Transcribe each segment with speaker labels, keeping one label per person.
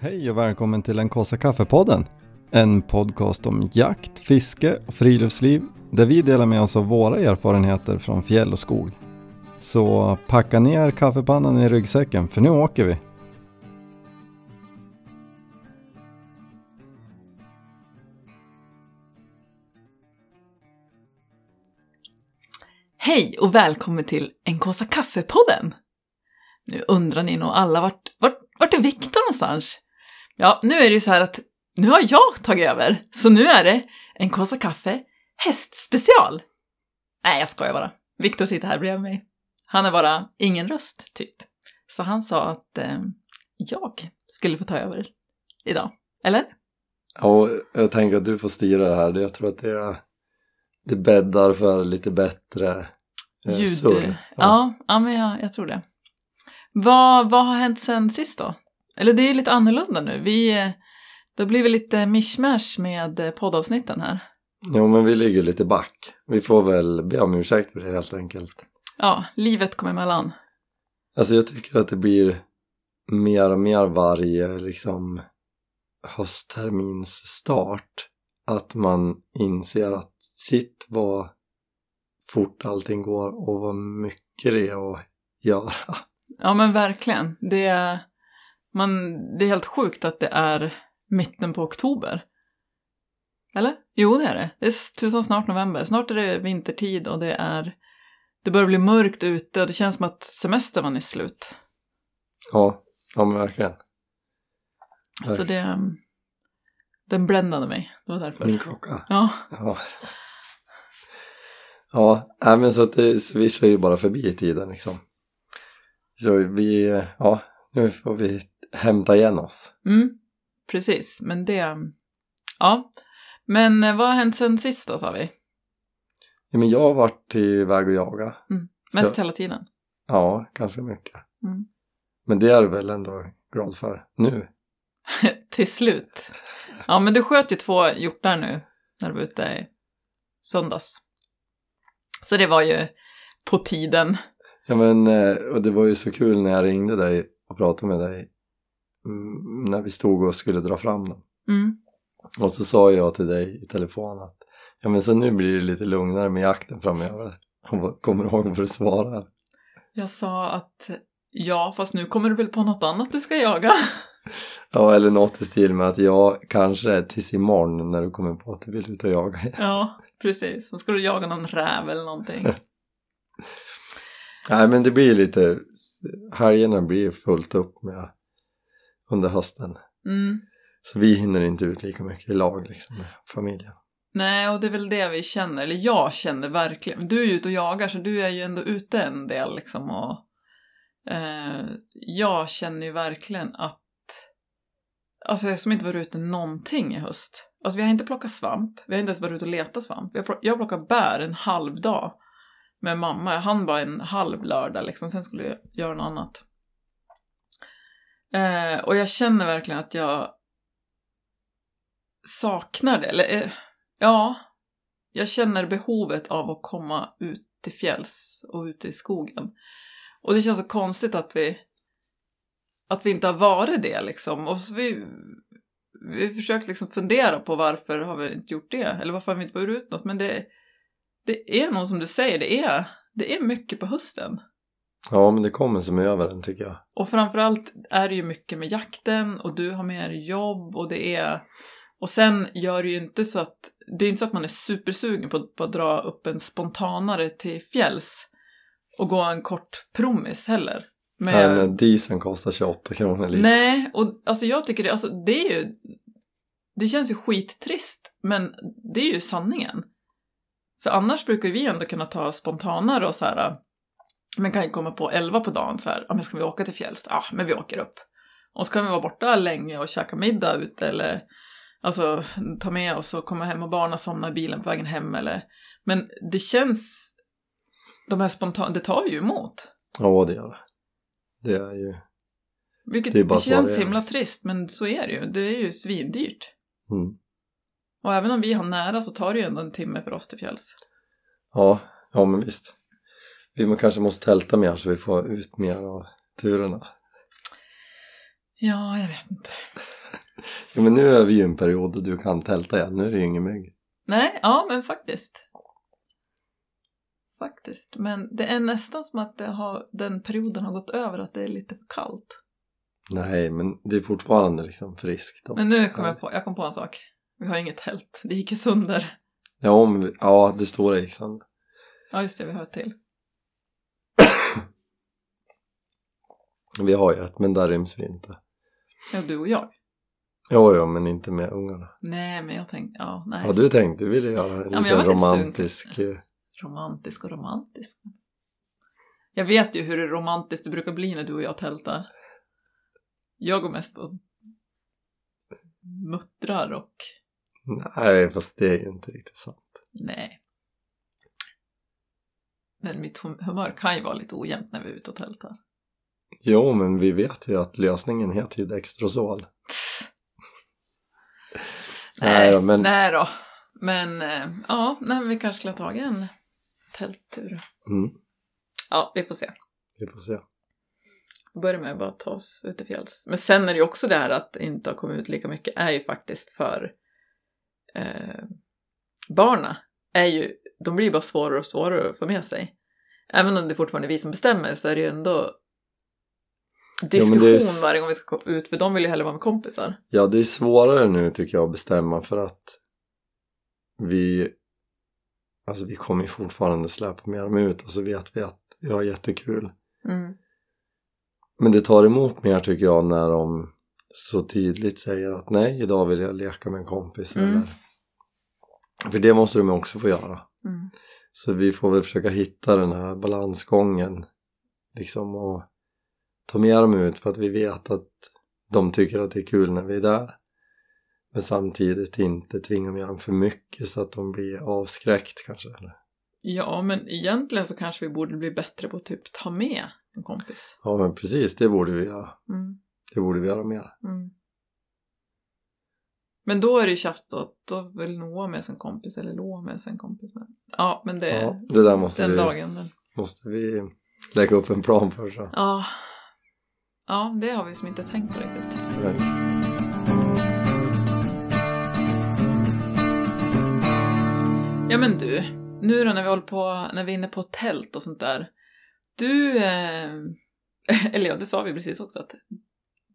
Speaker 1: Hej och välkommen till den kaffe kaffepodden. En podcast om jakt, fiske och friluftsliv där vi delar med oss av våra erfarenheter från fjäll och skog. Så packa ner kaffepannan i ryggsäcken för nu åker vi.
Speaker 2: Hej och välkommen till En kåsa kaffe-podden! Nu undrar ni nog alla vart, vart, vart är Viktor någonstans? Ja, nu är det ju så här att nu har jag tagit över, så nu är det En kåsa kaffe hästspecial! Nej, jag skojar bara. Viktor sitter här bredvid mig. Han är bara ingen röst, typ. Så han sa att eh, jag skulle få ta över idag. Eller?
Speaker 1: Ja, jag tänker att du får styra det här. Jag tror att det, det bäddar för lite bättre Eh,
Speaker 2: Ja, ja. men jag, jag tror det. Vad, vad har hänt sen sist då? Eller det är lite annorlunda nu. Vi, eh, det blir väl lite mishmash med eh, poddavsnitten här.
Speaker 1: Jo, men vi ligger lite back. Vi får väl be om ursäkt för det helt enkelt.
Speaker 2: Ja, livet kommer emellan.
Speaker 1: Alltså jag tycker att det blir mer och mer varje liksom hösttermins start att man inser att shit vad fort allting går och vad mycket det är att göra.
Speaker 2: Ja, men verkligen. Det, är- man, det är helt sjukt att det är mitten på oktober. Eller? Jo, det är det. Det är tusan snart november. Snart är det vintertid och det är... Det börjar bli mörkt ute och det känns som att semestern var nyss slut.
Speaker 1: Ja, ja men verkligen.
Speaker 2: Så
Speaker 1: Verkligen.
Speaker 2: det... um, Den bländade mig, det var därför.
Speaker 1: Min klocka.
Speaker 2: Ja,
Speaker 1: Ja. Ja, nej, men så att det svischar ju bara förbi i tiden liksom. Så vi, ja, nu får vi hämta igen oss.
Speaker 2: mm, precis. Men det... um, Ja. Men eh, vad har hänt sen sist då, sa vi?
Speaker 1: Ja, men jag har varit iväg och jagat.
Speaker 2: Mm. Mest
Speaker 1: Så,
Speaker 2: hela tiden.
Speaker 1: ja, ganska mycket.
Speaker 2: Mm.
Speaker 1: Men det är du väl ändå glad för nu?
Speaker 2: Till slut. Ja, men du sköt ju två hjortar nu när du var ute i söndags. Så det var ju på tiden.
Speaker 1: Ja, men eh, och det var ju så kul när jag ringde dig och pratade med dig mm, när vi stod och skulle dra fram den.
Speaker 2: Mm.
Speaker 1: Och så sa jag till dig i telefon att ja, men så nu blir det lite lugnare med jakten framöver. Och vad- kommer du ihåg vad du svarade?
Speaker 2: Jag sa att ja, fast nu kommer du väl på något annat du ska jaga?
Speaker 1: Ja, eller något i stil med att jag kanske tills imorgon när du kommer på att du vill ut och jaga.
Speaker 2: Ja, precis. Sen ska du jaga någon räv eller någonting.
Speaker 1: Nej, men det blir lite, helgerna blir fullt upp med under hösten.
Speaker 2: Mm.
Speaker 1: Så vi hinner inte ut lika mycket i lag liksom med familjen.
Speaker 2: Nej, och det är väl det vi känner, eller jag känner verkligen. Du är ju ute och jagar så du är ju ändå ute en del liksom och eh, jag känner ju verkligen att alltså jag har som inte varit ute någonting i höst. Alltså vi har inte plockat svamp, vi har inte ens varit ute och letat svamp. Vi har plock- Jag plockade bär en halv dag med mamma. Jag hann bara en halv lördag liksom, sen skulle jag göra något annat. Eh, och jag känner verkligen att jag saknar det, eller eh, Ja, jag känner behovet av att komma ut till fjälls och ut i skogen. Och det känns så konstigt att vi, att vi inte har varit det liksom. Och så vi, vi har försökt liksom fundera på varför har vi inte gjort det? Eller varför har vi inte varit ut något? Men det, det är nog som du säger, det är, det är mycket på hösten.
Speaker 1: Ja, men det kommer som över den tycker jag.
Speaker 2: Och framförallt är det ju mycket med jakten och du har med dig jobb och det är... Och sen gör det ju inte så att... Det är inte så att man är supersugen på, på att dra upp en spontanare till fjälls och gå en kort promis heller.
Speaker 1: Men...
Speaker 2: Med-
Speaker 1: Men dieseln kostar 28 kronor lite.
Speaker 2: Nej, och alltså jag tycker det, alltså det är ju... Det känns ju skittrist, men det är ju sanningen. För annars brukar vi ändå kunna ta spontanare och så här... Man kan ju komma på 11 på dagen så här, ja men ska vi åka till fjälls? Ja, men vi åker upp. Och så kan vi vara borta länge och käka middag ute eller alltså ta med oss och komma hem och barnen somnar i bilen på vägen hem eller... Men det känns... De här spontana, det tar ju emot.
Speaker 1: Ja, det gör det. Det är ju...
Speaker 2: Vilket
Speaker 1: Det är
Speaker 2: det,
Speaker 1: bara så
Speaker 2: känns
Speaker 1: det är.
Speaker 2: himla trist, men så är det ju. Det är ju svindyrt.
Speaker 1: Mm.
Speaker 2: Och även om vi har nära så tar det ju ändå en timme för oss till fjälls.
Speaker 1: Ja, ja men visst. Vi må- kanske måste tälta mer så vi får ut mer av turerna.
Speaker 2: Ja, jag vet inte.
Speaker 1: Ja, men nu är vi ju i en period och du kan tälta igen. Nu är det ju ingen mygg.
Speaker 2: Nej, ja men faktiskt. Faktiskt. Men det är nästan som att det har, den perioden har gått över, att det är lite för kallt.
Speaker 1: Nej, men det är fortfarande liksom friskt.
Speaker 2: Men nu kom jag på, jag kom på en sak. Vi har inget tält. Det gick ju sönder.
Speaker 1: Ja, om vi... ja det stora gick sönder.
Speaker 2: Ja, just det, vi har ett till.
Speaker 1: Vi har ju ett, men där ryms vi inte.
Speaker 2: Ja, du och jag.
Speaker 1: Jo, jo, men inte med ungarna.
Speaker 2: Nej, men jag tänkte, ja, nej.
Speaker 1: Har du tänkt? Du ville göra en
Speaker 2: men jag
Speaker 1: liten
Speaker 2: var lite sugen
Speaker 1: romantisk... eh,
Speaker 2: Romantisk och romantisk. Jag vet ju hur romantiskt det brukar bli när du och jag tältar. Jag går mest på muttrar och
Speaker 1: Nej, fast det är ju inte riktigt sant.
Speaker 2: nej. Men mitt hum- humör kan ju vara lite ojämnt när vi är ute och tältar.
Speaker 1: Jo, men vi vet ju att lösningen heter ju Dextrosol.
Speaker 2: Tss.
Speaker 1: Nej då, men-
Speaker 2: nej då. Men eh, ja, nej, men vi kanske skulle ha tagit en tälttur.
Speaker 1: Mm,
Speaker 2: Ja, vi får se.
Speaker 1: vi får se.
Speaker 2: börja med att bara ta oss ut i fjälls. Men sen är det ju också det här att det inte har kommit ut lika mycket är ju faktiskt för eh, barna. Är ju, de blir ju bara svårare och svårare att få med sig. Även om det fortfarande är vi som bestämmer så är det ju ändå diskussion
Speaker 1: det är s-
Speaker 2: varje gång vi ska gå ut för de vill ju hellre vara med kompisar.
Speaker 1: Ja, det är svårare nu tycker jag att bestämma för att vi... Alltså vi kommer ju fortfarande släpa med dem ut och så vet vi att vi har jättekul.
Speaker 2: Mm,
Speaker 1: Men det tar emot mer tycker jag när de så tydligt säger att nej, idag vill jag leka med en kompis.
Speaker 2: Mm.
Speaker 1: Eller... För det måste de också få göra.
Speaker 2: Mm.
Speaker 1: Så vi får väl försöka hitta den här balansgången. Liksom och ta med dem ut för att vi vet att de tycker att det är kul när vi är där. Men samtidigt inte tvinga med dem för mycket så att de blir avskräckt kanske. Eller?
Speaker 2: Ja, men egentligen så kanske vi borde bli bättre på att typ ta med en kompis.
Speaker 1: Ja men precis, det borde vi göra.
Speaker 2: Mm.
Speaker 1: Det borde vi göra mer.
Speaker 2: Mm. Men då är det ju tjafs då. Då vill Noah med sin kompis eller Lo med sin kompis. Men... Ja, men det är
Speaker 1: Ja, det där måste
Speaker 2: den
Speaker 1: vi,
Speaker 2: dagen. Men...
Speaker 1: måste vi lägga upp en plan för. Så.
Speaker 2: Ja. ja, det har vi som inte tänkt på riktigt. Ja, men du. Nu då när vi håller på, när vi är inne på tält och sånt där. Du, eh... eller ja, det sa vi precis också att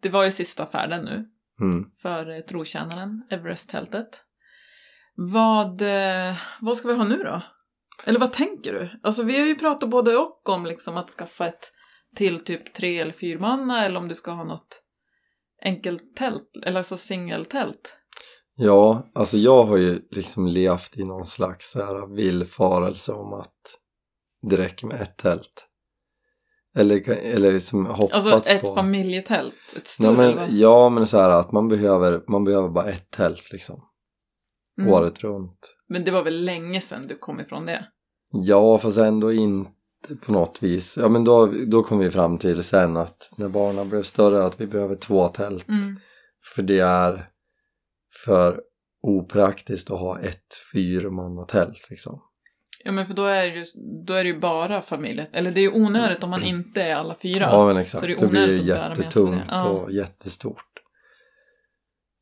Speaker 2: det var ju sista färden nu.
Speaker 1: Mm.
Speaker 2: för eh, trotjänaren, Everest-tältet. Vad, eh, vad ska vi ha nu då? Eller vad tänker du? Alltså vi har ju pratat både och om liksom att skaffa ett till typ tre eller fyrmanna eller om du ska ha något enkelt tält, eller alltså singeltält.
Speaker 1: Ja, alltså jag har ju liksom levt i någon slags så här villfarelse om att det räcker med ett tält. Eller, eller liksom hoppats
Speaker 2: Alltså ett
Speaker 1: på.
Speaker 2: familjetält, ett
Speaker 1: Nej,
Speaker 2: större. va?
Speaker 1: men, ja, men så här att man behöver, man behöver bara ett tält liksom.
Speaker 2: Mm.
Speaker 1: Året runt.
Speaker 2: Men det var väl länge sedan du kom ifrån det?
Speaker 1: Ja, fast ändå inte på något vis. Ja, men då, då kom vi fram till sen att när barnen blev större att vi behöver två tält.
Speaker 2: Mm.
Speaker 1: För det är för opraktiskt att ha ett fyrmannatält liksom.
Speaker 2: Ja men för då är, det ju, då är det ju bara familjen, eller det är ju onödigt om man inte är alla fyra.
Speaker 1: Ja men exakt,
Speaker 2: Så det är
Speaker 1: det, blir ju
Speaker 2: onödigt att bära med sig
Speaker 1: jättetungt
Speaker 2: det. Ja.
Speaker 1: och jättestort.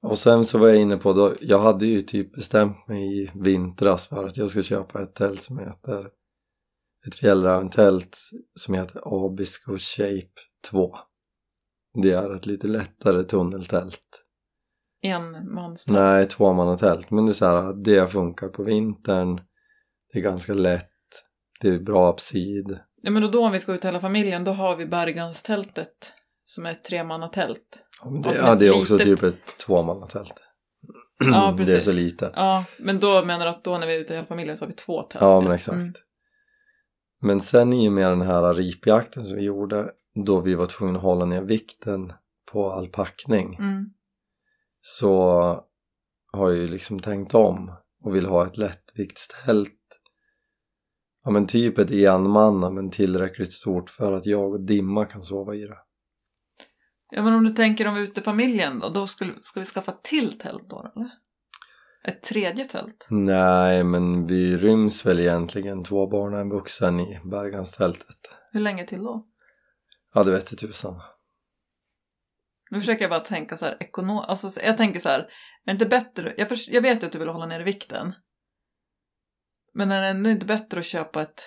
Speaker 1: Och sen så var jag inne på, då, jag hade ju typ bestämt mig i vintras för att jag ska köpa ett tält som heter ett fjällräventält som heter Abisko Shape 2. Det är ett lite lättare tunneltält.
Speaker 2: En manstält.
Speaker 1: Nej, tvåmannatält, men det är så här, det funkar på vintern. Det är ganska lätt, det är bra absid.
Speaker 2: Ja men då, då om vi ska ut hela familjen, då har vi Berganstältet som är ett tremannatält.
Speaker 1: Ja, men
Speaker 2: Och
Speaker 1: det,
Speaker 2: så
Speaker 1: ja,
Speaker 2: ett
Speaker 1: det är också
Speaker 2: litet-
Speaker 1: typ ett tvåmannatält.
Speaker 2: Ja,
Speaker 1: Det är
Speaker 2: precis.
Speaker 1: så litet.
Speaker 2: Ja, men då menar du att då när vi är ute hela familjen så har vi två tält?
Speaker 1: Ja, men exakt.
Speaker 2: Mm.
Speaker 1: Men sen i och med den här ripjakten som vi gjorde då vi var tvungna att hålla ner vikten på all packning
Speaker 2: Mm.
Speaker 1: så har jag ju liksom tänkt om och vill ha ett lättviktstält. Ja men typ ett enmanna men tillräckligt stort för att jag och Dimma kan sova i det.
Speaker 2: Ja, men om du tänker om vi är ute i familjen då, då skulle, ska vi skaffa till tält då eller? Ett tredje tält?
Speaker 1: Nej men vi ryms väl egentligen två barn och en vuxen i Berganstältet.
Speaker 2: Hur länge till då?
Speaker 1: Ja det vete tusan.
Speaker 2: Nu försöker jag bara tänka så här ekono... Alltså så- jag tänker så här, är det inte bättre... Jag, förs- jag vet ju att du vill hålla ner vikten. Men är det ändå inte bättre att köpa ett,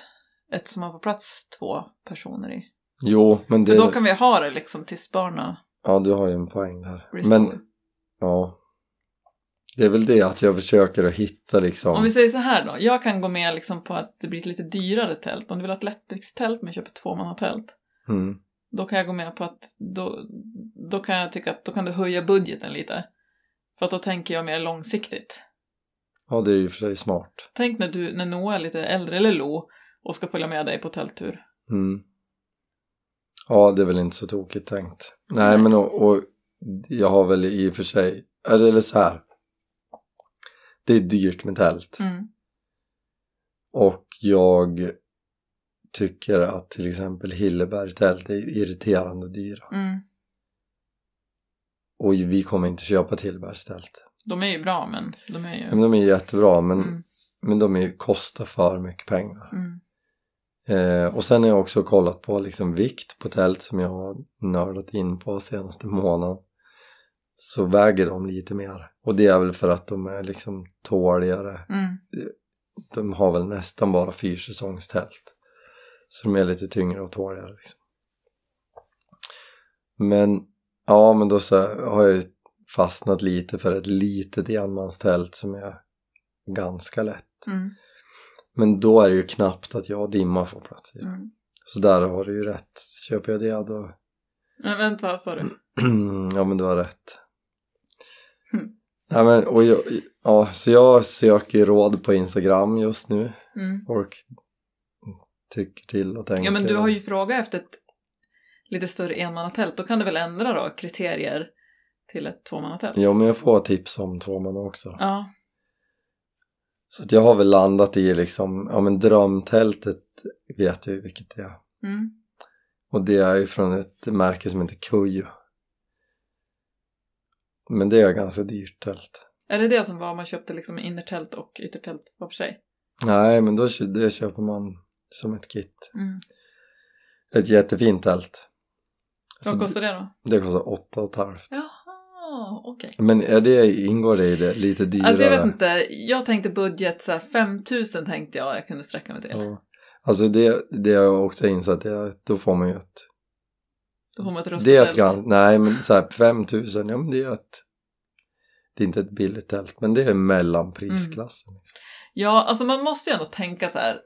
Speaker 2: ett som man får plats två personer i?
Speaker 1: Jo, men det...
Speaker 2: För då kan vi ha det liksom tills barna
Speaker 1: Ja, du har ju en poäng där.
Speaker 2: blir stora.
Speaker 1: Men, ja. Det är väl det att jag försöker att hitta liksom...
Speaker 2: Om vi säger så här då, jag kan gå med liksom på att det blir ett lite dyrare tält. Om du vill ha ett lättviktstält men köper tvåmannatält,
Speaker 1: Mm.
Speaker 2: då kan jag gå med på att då, då kan jag tycka att då kan du höja budgeten lite. För att då tänker jag mer långsiktigt.
Speaker 1: Ja, det är ju för sig smart.
Speaker 2: Tänk när, du, när Noah är lite äldre, eller Lo, och ska följa med dig på tälttur.
Speaker 1: Mm. Ja, det är väl inte så tokigt tänkt. Nej,
Speaker 2: Nej.
Speaker 1: men och, och jag har väl i och för sig, eller, eller så här. Det är dyrt med tält
Speaker 2: Mm.
Speaker 1: och jag tycker att till exempel Hilleberg tält är irriterande dyra.
Speaker 2: Mm.
Speaker 1: Och vi kommer inte köpa ett Hillebergs tält.
Speaker 2: De är ju bra, men de är ju...
Speaker 1: Men de är jättebra men,
Speaker 2: Mm.
Speaker 1: men de är, ju- kostar för mycket pengar.
Speaker 2: Mm.
Speaker 1: Eh, och sen har jag också kollat på liksom vikt på tält som jag har nördat in på senaste månaden. Så väger de lite mer. Och det är väl för att de är liksom tåligare.
Speaker 2: Mm.
Speaker 1: De har väl nästan bara fyrsäsongstält. Så de är lite tyngre och tåligare. Liksom. Men ja, men då så har jag ju fastnat lite för ett litet enmanstält som är ganska lätt.
Speaker 2: Mm.
Speaker 1: Men då är det ju knappt att jag och Dimma får plats i det.
Speaker 2: Mm.
Speaker 1: Så där har du ju rätt. Köper jag det då...
Speaker 2: Men vänta, vad sa
Speaker 1: Mm.
Speaker 2: du?
Speaker 1: ja men du har rätt.
Speaker 2: Mm.
Speaker 1: Nej, men, och jag, ja, så jag söker ju råd på Instagram just nu.
Speaker 2: Mm.
Speaker 1: Folk tycker till och tänker.
Speaker 2: Ja, men du har ju frågat efter ett lite större enmannatält. Då kan du väl ändra då kriterier till ett tvåmannatält?
Speaker 1: Ja men jag får tips om tvåman också.
Speaker 2: Ja.
Speaker 1: Så att jag har väl landat i liksom, ja men drömtältet vet jag ju vilket det är.
Speaker 2: Mm.
Speaker 1: Och det är ju från ett märke som heter Kujo. Men det är ganska dyrt tält.
Speaker 2: Är det det som var om man köpte liksom innertält och yttertält var för sig?
Speaker 1: Nej, men då kö- det köper man som ett kit.
Speaker 2: Mm.
Speaker 1: Ett jättefint tält.
Speaker 2: Vad
Speaker 1: Så
Speaker 2: kostar det då?
Speaker 1: Alltså, det? Det kostar åtta och ett halvt.
Speaker 2: Jaha, okej.
Speaker 1: Men är det, ingår det i det? Lite dyrare?
Speaker 2: Alltså jag vet inte, jag tänkte budget så här 5000 tänkte jag jag kunde sträcka mig till.
Speaker 1: Ja. Alltså det, det har jag också insett, det, är- då får man ju ett...
Speaker 2: Då får man ett rustat
Speaker 1: det är ett
Speaker 2: tält.
Speaker 1: ganska... Nej, men så här 5000, ja men det är ett... Det är inte ett billigt tält, men det är
Speaker 2: Mm.
Speaker 1: mellanprisklassen. liksom.
Speaker 2: Ja, alltså man måste ju ändå tänka så här.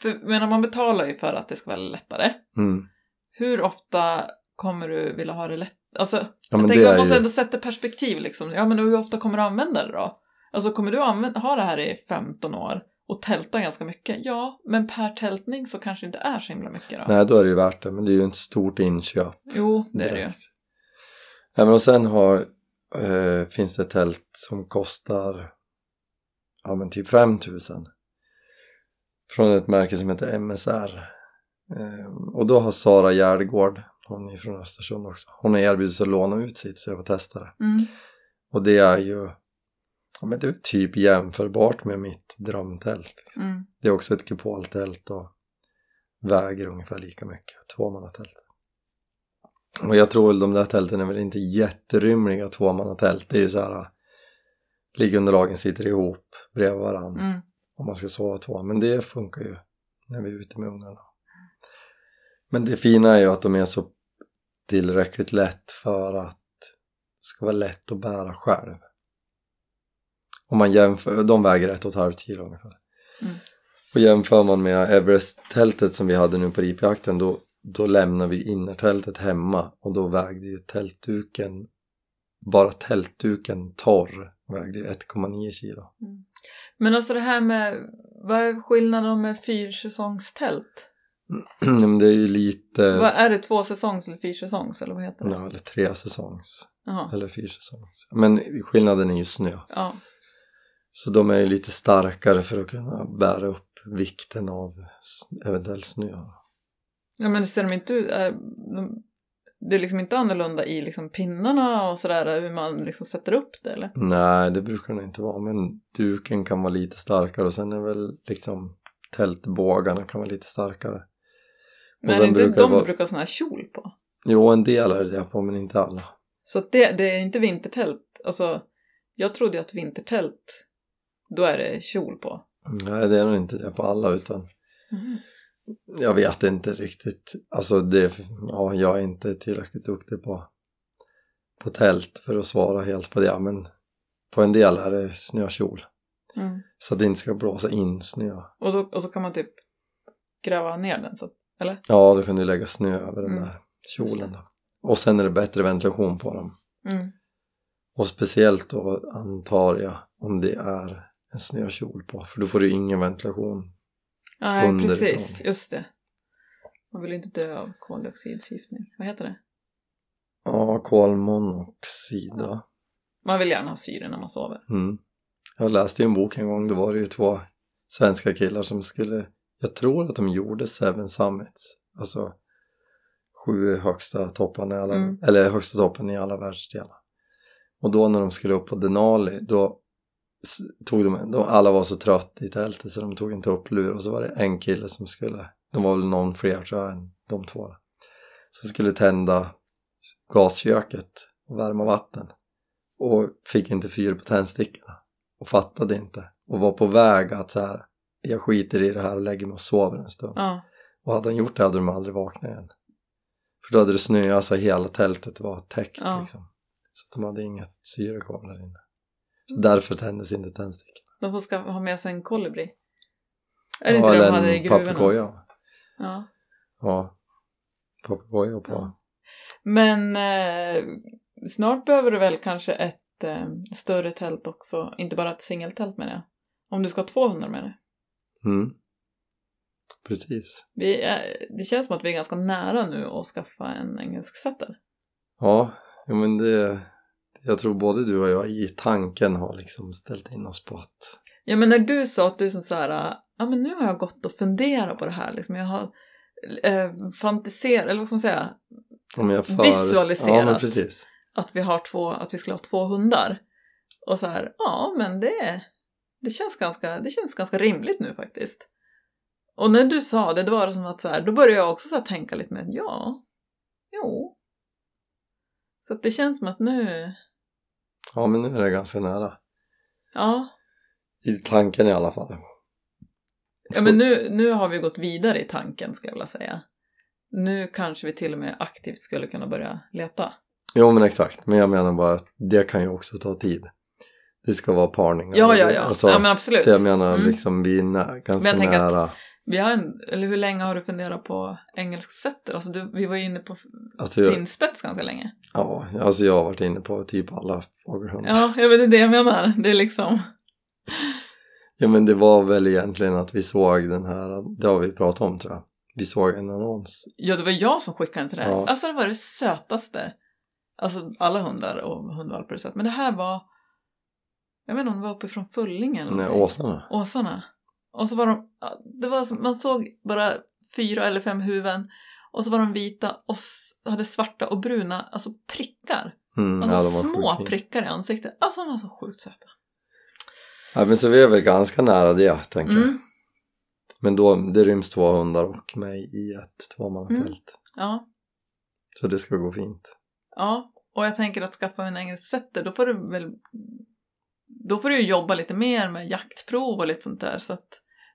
Speaker 2: För, men man betalar ju för att det ska vara lättare.
Speaker 1: Mm.
Speaker 2: Hur ofta kommer du vilja ha det lätt? Alltså,
Speaker 1: Ja,
Speaker 2: jag
Speaker 1: men
Speaker 2: tänker
Speaker 1: det
Speaker 2: man
Speaker 1: är
Speaker 2: måste
Speaker 1: ju...
Speaker 2: ändå sätta perspektiv liksom. Ja, men hur ofta kommer du använda det då? Alltså kommer du använda, ha det här i 15 år och tälta ganska mycket? Ja, men per tältning så kanske det inte är så himla mycket då.
Speaker 1: Nej, då är det ju värt det, men det är ju ett stort inköp.
Speaker 2: Jo, det är det ju.
Speaker 1: direkt. Nej, men och sen har, eh, finns det tält som kostar ja, men typ 5000 från ett märke som heter MSR. Eh, och då har Sara Gärdegård, hon är från Östersund också, hon har erbjudit sig att låna ut sitt så jag får testa det.
Speaker 2: Mm.
Speaker 1: Och det är ju ja, men det är typ jämförbart med mitt drömtält.
Speaker 2: Mm.
Speaker 1: Det är också ett kupoltält och väger ungefär lika mycket, tvåmannatält. Och jag tror väl de där tälten är väl inte jätterymliga tvåmannatält. Det är ju så här, äh, liggunderlagen sitter ihop bredvid varandra
Speaker 2: Mm.
Speaker 1: om man ska sova två. Men det funkar ju när vi är ute med ungarna. Men det fina är ju att de är så tillräckligt lätt för att det ska vara lätt att bära själv. Om man jämför, de väger ett och ett halvt kilo ungefär.
Speaker 2: Mm.
Speaker 1: Och jämför man med Everest-tältet som vi hade nu på ripjakten då, då lämnar vi innertältet hemma och då vägde ju tältduken, bara tältduken torr vägde ju 1,9 kilo.
Speaker 2: Men alltså det här med, vad är skillnaden med fyrsäsongstält?
Speaker 1: Nej, men det är ju lite...
Speaker 2: Vad är det tvåsäsongs eller fyrsäsongs eller vad heter det?
Speaker 1: Ja, eller tre säsongs.
Speaker 2: Jaha.
Speaker 1: Eller fyra säsongs. Men skillnaden är ju snö.
Speaker 2: Ja.
Speaker 1: Så de är ju lite starkare för att kunna bära upp vikten av s- eventuell snö.
Speaker 2: ja, men ser de inte ut, är, de, det är liksom inte annorlunda i liksom pinnarna och sådär hur man liksom sätter upp det eller?
Speaker 1: Nej, det brukar det inte vara. Men duken kan vara lite starkare och sen är väl liksom tältbågarna kan vara lite starkare.
Speaker 2: Men är
Speaker 1: sen
Speaker 2: det inte
Speaker 1: brukar det
Speaker 2: de
Speaker 1: vara-
Speaker 2: brukar ha sån här kjol på?
Speaker 1: Jo, en del är det på, men inte alla.
Speaker 2: Så att det, det är inte vintertält. Alltså, jag trodde ju att vintertält, då är det kjol på.
Speaker 1: Nej, det är nog inte det på alla utan
Speaker 2: Mm.
Speaker 1: jag vet inte riktigt. Alltså, det, ja, jag är inte tillräckligt duktig på, på tält för att svara helt på det. Men på en del är det snökjol.
Speaker 2: Mm.
Speaker 1: Så att det inte ska blåsa in snö.
Speaker 2: Och, då, och så kan man typ gräva ner den. Så, eller?
Speaker 1: Ja, då kan du lägga snö över den
Speaker 2: Mm.
Speaker 1: där kjolen då. Och sen är det bättre ventilation på dem.
Speaker 2: Mm.
Speaker 1: Och speciellt då antar jag om det är en snökjol på. För då får du ingen ventilation.
Speaker 2: Nej,
Speaker 1: Underifrån.
Speaker 2: precis. Just det. Man vill ju inte dö av koldioxidförgiftning. Vad heter det?
Speaker 1: Ja, kolmonoxid va?
Speaker 2: Man vill gärna ha syre när man sover.
Speaker 1: Mm. Jag läste ju en bok en gång, då var det ju två svenska killar som skulle, jag tror att de gjorde Seven Summits, alltså sju högsta topparna i alla,
Speaker 2: Mm.
Speaker 1: eller högsta toppen i alla världsdelar. Och då när de skulle upp på Denali, då s- tog de, de alla var så trött i tältet så de tog inte upp lur och så var det en kille som skulle, de var väl någon fler tror jag än de två, som skulle tända gasköket och värma vatten och fick inte fyr på tändstickorna och fattade inte och var på väg att så här jag skiter i det här och lägger mig och sover en stund
Speaker 2: Ja.
Speaker 1: och hade han gjort det hade de aldrig vaknat igen för då hade det snöat så hela tältet var täckt
Speaker 2: Ja.
Speaker 1: liksom så att de hade inget syre kvar där inne så därför tändes inte tändstickorna
Speaker 2: De får ska ha med sig en kolibri. Är det
Speaker 1: Ja,
Speaker 2: inte det
Speaker 1: eller
Speaker 2: de hade i
Speaker 1: en
Speaker 2: gruvorna?
Speaker 1: papegoja
Speaker 2: Ja.
Speaker 1: ja papegoja på
Speaker 2: Men eh, snart behöver du väl kanske ett eh, större tält också. Inte bara ett singeltält menar jag. Om du ska ha två hundar med dig.
Speaker 1: mm. precis
Speaker 2: Vi är, det känns som att vi är ganska nära nu att skaffa en engelsk setter.
Speaker 1: Ja, jo, men det... Jag tror både du och jag i tanken har liksom ställt in oss på att...
Speaker 2: Ja men när du sa att du som så här, eh, ja men nu har jag gått och funderat på det här liksom. Jag har eh, fantiserat, eller vad ska man säga,
Speaker 1: Om jag för...
Speaker 2: Visualiserat.
Speaker 1: Ja, men precis.
Speaker 2: att vi har två, att vi skulle ha två hundar. Och så här, ja men det, det, känns, ganska, det känns ganska rimligt nu faktiskt. Och när du sa det, då var det som att så här, då började jag också så här tänka lite med ja, jo. Så att det känns som att nu,
Speaker 1: Ja, men nu är det ganska nära.
Speaker 2: ja,
Speaker 1: I tanken i alla fall.
Speaker 2: ja men nu, nu har vi gått vidare i tanken skulle jag vilja säga. Nu kanske vi till och med aktivt skulle kunna börja leta.
Speaker 1: Jo, men exakt. Men jag menar bara att det kan ju också ta tid. Det ska vara parning.
Speaker 2: Ja, ja, ja.
Speaker 1: Alltså,
Speaker 2: ja men absolut.
Speaker 1: Så jag menar
Speaker 2: Mm.
Speaker 1: liksom vi är nä- ganska
Speaker 2: Men jag tänker att-
Speaker 1: nära.
Speaker 2: Vi har en, eller hur länge har du funderat på engelsk setter? Alltså du, vi var ju inne på
Speaker 1: Alltså, jag,
Speaker 2: finspets ganska länge.
Speaker 1: ja, alltså jag har varit inne på typ alla fågelhundar.
Speaker 2: Ja, jag vet inte det jag menar. Det är liksom...
Speaker 1: Ja men det var väl egentligen att vi såg den här, det har vi pratat om tror jag. Vi såg en annons
Speaker 2: Ja, det var jag som skickade den till dig.
Speaker 1: Ja.
Speaker 2: Alltså det var det sötaste. Alltså alla hundar och hundvalpar är söta. Men det här var... Jag vet inte om det var uppifrån Fullinge eller
Speaker 1: Nej,
Speaker 2: någonting.
Speaker 1: åsarna.
Speaker 2: Åsarna. Och så var de... ja, Det var, som- man såg bara fyra eller fem huvuden. Och så var de vita och s- hade svarta och bruna alltså prickar.
Speaker 1: Mm,
Speaker 2: Alltså
Speaker 1: de var
Speaker 2: små
Speaker 1: sjukt fina.
Speaker 2: prickar i ansiktet. Alltså de var så sjukt söta.
Speaker 1: Ja men så vi är väl ganska nära det tänker jag.
Speaker 2: Mm.
Speaker 1: Men då, det ryms två hundar och mig i ett tvåmannatält.
Speaker 2: Ja.
Speaker 1: Så det ska gå fint.
Speaker 2: Ja, och jag tänker att skaffa en engelsk setter, då får du väl... Då får du ju jobba lite mer med jaktprov och lite sånt där så att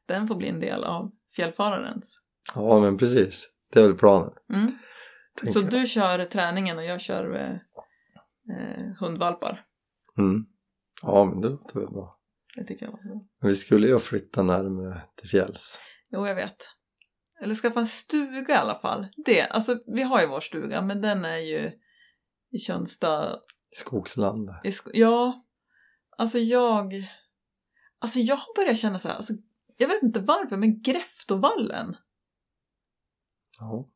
Speaker 2: den får bli en del av fjällfararens.
Speaker 1: Ja men precis, det är väl planen.
Speaker 2: Mm.
Speaker 1: tänker
Speaker 2: Så
Speaker 1: jag.
Speaker 2: du kör träningen och jag kör eh, eh, hundvalpar.
Speaker 1: Mm. Ja men det låter väl bra.
Speaker 2: Det tycker jag låter bra.
Speaker 1: Men vi skulle ju flytta närmare till fjälls.
Speaker 2: Jo, jag vet. Eller skaffa en stuga i alla fall. Det, alltså vi har ju vår stuga men den är ju i Könsta
Speaker 1: I skogslandet.
Speaker 2: I sk- Ja, alltså jag... Alltså jag har börjat känna så här, alltså, jag vet inte varför, men Gräftovallen.
Speaker 1: Ja.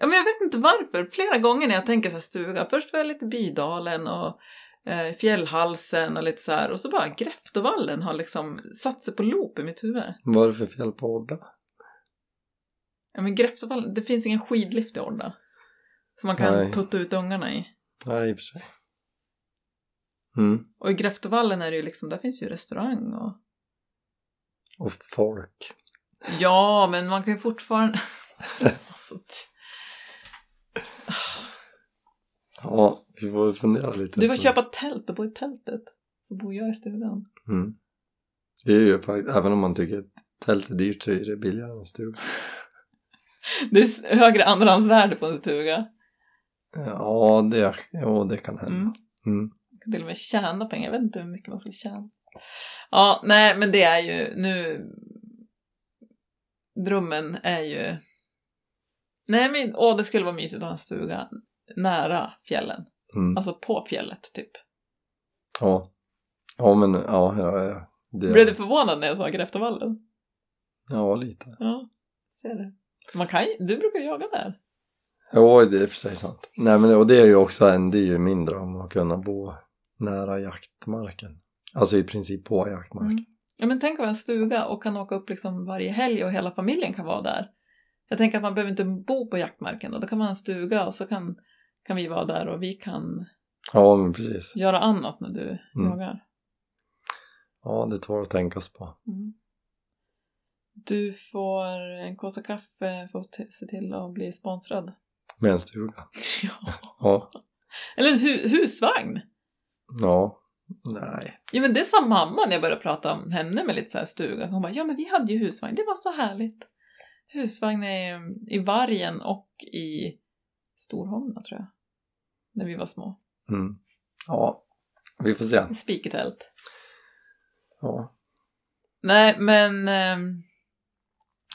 Speaker 2: Ja, men jag vet inte varför. Flera gånger när jag tänker så här stuga, först var jag lite Bydalen och eh, Fjällhalsen och lite så här och så bara Gräftovallen har liksom satt sig på loop i mitt huvud.
Speaker 1: Vad är det för fjäll på Orda?
Speaker 2: Ja, men Gräftovallen, det finns ingen skidlift i Orda som man kan
Speaker 1: Nej.
Speaker 2: putta ut ungarna i.
Speaker 1: Nej i och för sig. Mm.
Speaker 2: Och i Gräftovallen är det ju liksom, där finns ju restaurang och
Speaker 1: Och folk.
Speaker 2: Ja, men man kan ju fortfarande... alltså, t-
Speaker 1: Ja, vi får fundera lite.
Speaker 2: Du får köpa tält och bo i tältet. Så bor jag i stugan.
Speaker 1: Mm. Det är ju faktiskt, även om man tycker att tält är dyrt så är det billigare än stuga.
Speaker 2: Det är s- högre andrahandsvärde på en stuga.
Speaker 1: Ja, det, ja, det kan hända.
Speaker 2: Mm.
Speaker 1: Mm.
Speaker 2: Man kan till och med tjäna pengar. Jag vet inte hur mycket man skulle tjäna. Ja, nej, men det är ju nu... Drömmen är ju... Nej, men åh, det skulle vara mysigt att ha en stuga nära fjällen.
Speaker 1: Mm.
Speaker 2: Alltså på fjället, typ.
Speaker 1: Ja. ja, men ja, ja, ja. Det,
Speaker 2: Blev du förvånad när jag sa Gräftavallen?
Speaker 1: Ja, lite.
Speaker 2: Ja, ser du. Man kan ju, du brukar jaga där.
Speaker 1: Ja, det är i och för sig sant. Nej, men och det är ju också en, det är ju min dröm att kunna bo nära jaktmarken. Alltså i princip på jaktmarken.
Speaker 2: Mm. Ja, men tänk att ha en stuga och kan åka upp liksom varje helg och hela familjen kan vara där. Jag tänker att man behöver inte bo på jaktmarken och då kan man ha en stuga och så kan, kan vi vara där och vi kan
Speaker 1: Ja, men precis.
Speaker 2: göra annat när du
Speaker 1: Mm.
Speaker 2: jagar.
Speaker 1: Ja, det tar att tänkas på.
Speaker 2: Mm. Du får en kåsa kaffe för att se till att bli sponsrad.
Speaker 1: Med en stuga.
Speaker 2: Ja.
Speaker 1: Ja.
Speaker 2: Eller en hu- husvagn!
Speaker 1: Ja. Nej.
Speaker 2: Ja men det sa mamma när jag började prata om henne med lite så här stuga. Hon bara, ja men vi hade ju husvagn, det var så härligt. Husvagn i, i Vargen och i Storholmna tror jag. När vi var små.
Speaker 1: Mm. Ja, vi får se.
Speaker 2: Spiketält.
Speaker 1: Ja.
Speaker 2: Nej men ehm,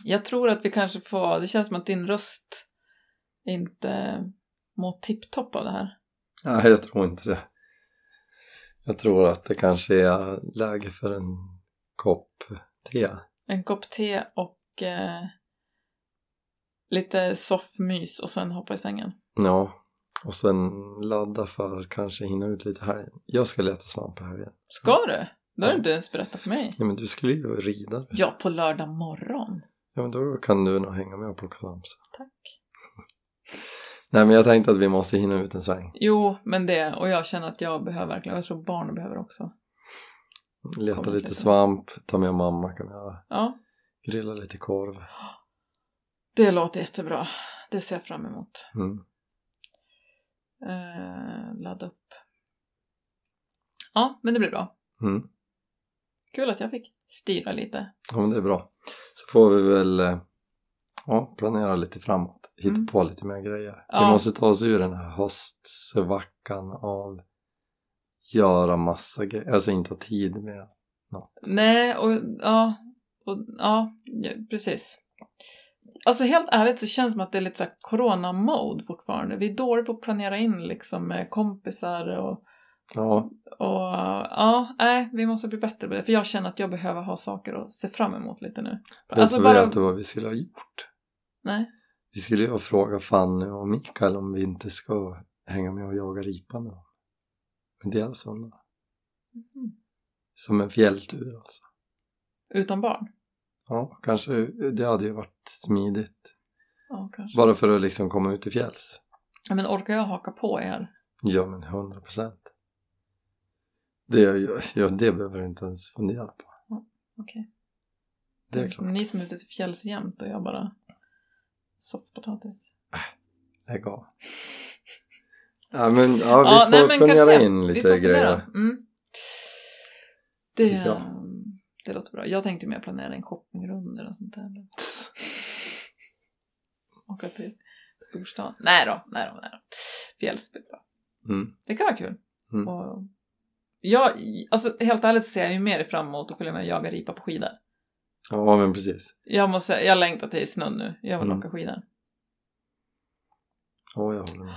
Speaker 2: jag tror att vi kanske får, det känns som att din röst inte mår tipptopp av det här.
Speaker 1: Nej, jag tror inte det. Jag tror att det kanske är läge för en kopp te.
Speaker 2: En kopp te och eh, lite soffmys och sen hoppa i sängen.
Speaker 1: Ja, och sen ladda för att kanske hinna ut lite här. Jag ska leta svamp här igen.
Speaker 2: Ska du? Det har du
Speaker 1: Ja.
Speaker 2: inte ens berättat för mig.
Speaker 1: Ja, men du skulle ju rida.
Speaker 2: Ja, på lördag morgon.
Speaker 1: Ja, men då kan du nog hänga med och plocka svamp. sen.
Speaker 2: Tack.
Speaker 1: Nej, men jag tänkte att vi måste hinna ut en sväng.
Speaker 2: Jo, men det, och jag känner att jag behöver verkligen, och jag tror barnen behöver också.
Speaker 1: Leta
Speaker 2: Kommer
Speaker 1: lite
Speaker 2: lite.
Speaker 1: svamp, ta med mamma kan vi göra.
Speaker 2: Ja,
Speaker 1: Grilla lite korv.
Speaker 2: det låter jättebra. Det ser jag fram emot.
Speaker 1: Mm.
Speaker 2: Eh, ladda upp. Ja, men det blir bra.
Speaker 1: Mm.
Speaker 2: Kul att jag fick styra lite.
Speaker 1: Ja, men det är bra. Så får vi väl eh, ja, planera lite framåt, hitta
Speaker 2: Mm.
Speaker 1: på lite mer grejer. Vi
Speaker 2: Ja.
Speaker 1: måste ta oss ur den här höstsvackan av göra massa grejer, alltså inte ha tid med.
Speaker 2: Nej, och ja, och, ja, ja, precis. Alltså helt ärligt så känns det som att det är lite så här corona-mode fortfarande. Vi är dåliga på att planera in liksom med kompisar och
Speaker 1: Ja,
Speaker 2: Och ja, nej, vi måste bli bättre på det. För jag känner att jag behöver ha saker att se fram emot lite nu.
Speaker 1: vet
Speaker 2: Alltså
Speaker 1: du
Speaker 2: bara...
Speaker 1: vet du vad vi skulle ha gjort?
Speaker 2: Nej.
Speaker 1: Vi skulle ju ha frågat Fanny och Mikael om vi inte ska hänga med och jaga ripa med dem. Men det är sådana.
Speaker 2: Mhm.
Speaker 1: Som en fjälltur alltså.
Speaker 2: Utan barn?
Speaker 1: Ja, kanske det hade ju varit smidigt.
Speaker 2: Ja, kanske.
Speaker 1: Bara för att liksom komma ut i fjälls.
Speaker 2: Ja, Men orkar jag haka på er?
Speaker 1: Ja, men 100 procent. Det, ja, ja, det behöver du inte ens fundera på.
Speaker 2: Okej. Mm,
Speaker 1: Det är klart.
Speaker 2: Ni som är ute till fjälls jämt och jag bara soffpotatis.
Speaker 1: Lägg av. Ja, men, ja, vi
Speaker 2: Ja,
Speaker 1: får
Speaker 2: nej, men
Speaker 1: planera
Speaker 2: kanske.
Speaker 1: in
Speaker 2: Vi
Speaker 1: lite
Speaker 2: får fundera.
Speaker 1: grejer.
Speaker 2: Mm. Det,
Speaker 1: Tycker jag.
Speaker 2: det låter bra. Jag tänkte mer planera en shoppingrunda eller sånt där. Åka till storstan. Nej då, nej då, nej då. Fjälls blir bra.
Speaker 1: Mm.
Speaker 2: Det kan vara kul.
Speaker 1: Mm.
Speaker 2: Och jag, alltså, helt ärligt ser jag ju mer fram emot att följa med och jaga ripa på skidor.
Speaker 1: Ja, men precis.
Speaker 2: Jag, måste, säga- jag längtar till snön nu. Jag vill
Speaker 1: Mm.
Speaker 2: åka skidor.
Speaker 1: Ja, jag håller med.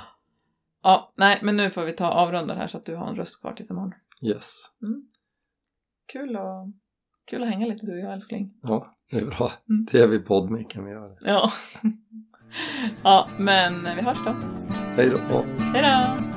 Speaker 2: Ja, nej, men nu får vi ta avrunda här så att du har en röst kvar tills imorgon.
Speaker 1: Yes.
Speaker 2: Kul att, kul att hänga lite du och jag älskling.
Speaker 1: Ja, det är bra.
Speaker 2: Mm.
Speaker 1: Det är vid poddmicken vi gör det.
Speaker 2: Ja. ja, men vi hörs då.
Speaker 1: Hej då!
Speaker 2: Hej då!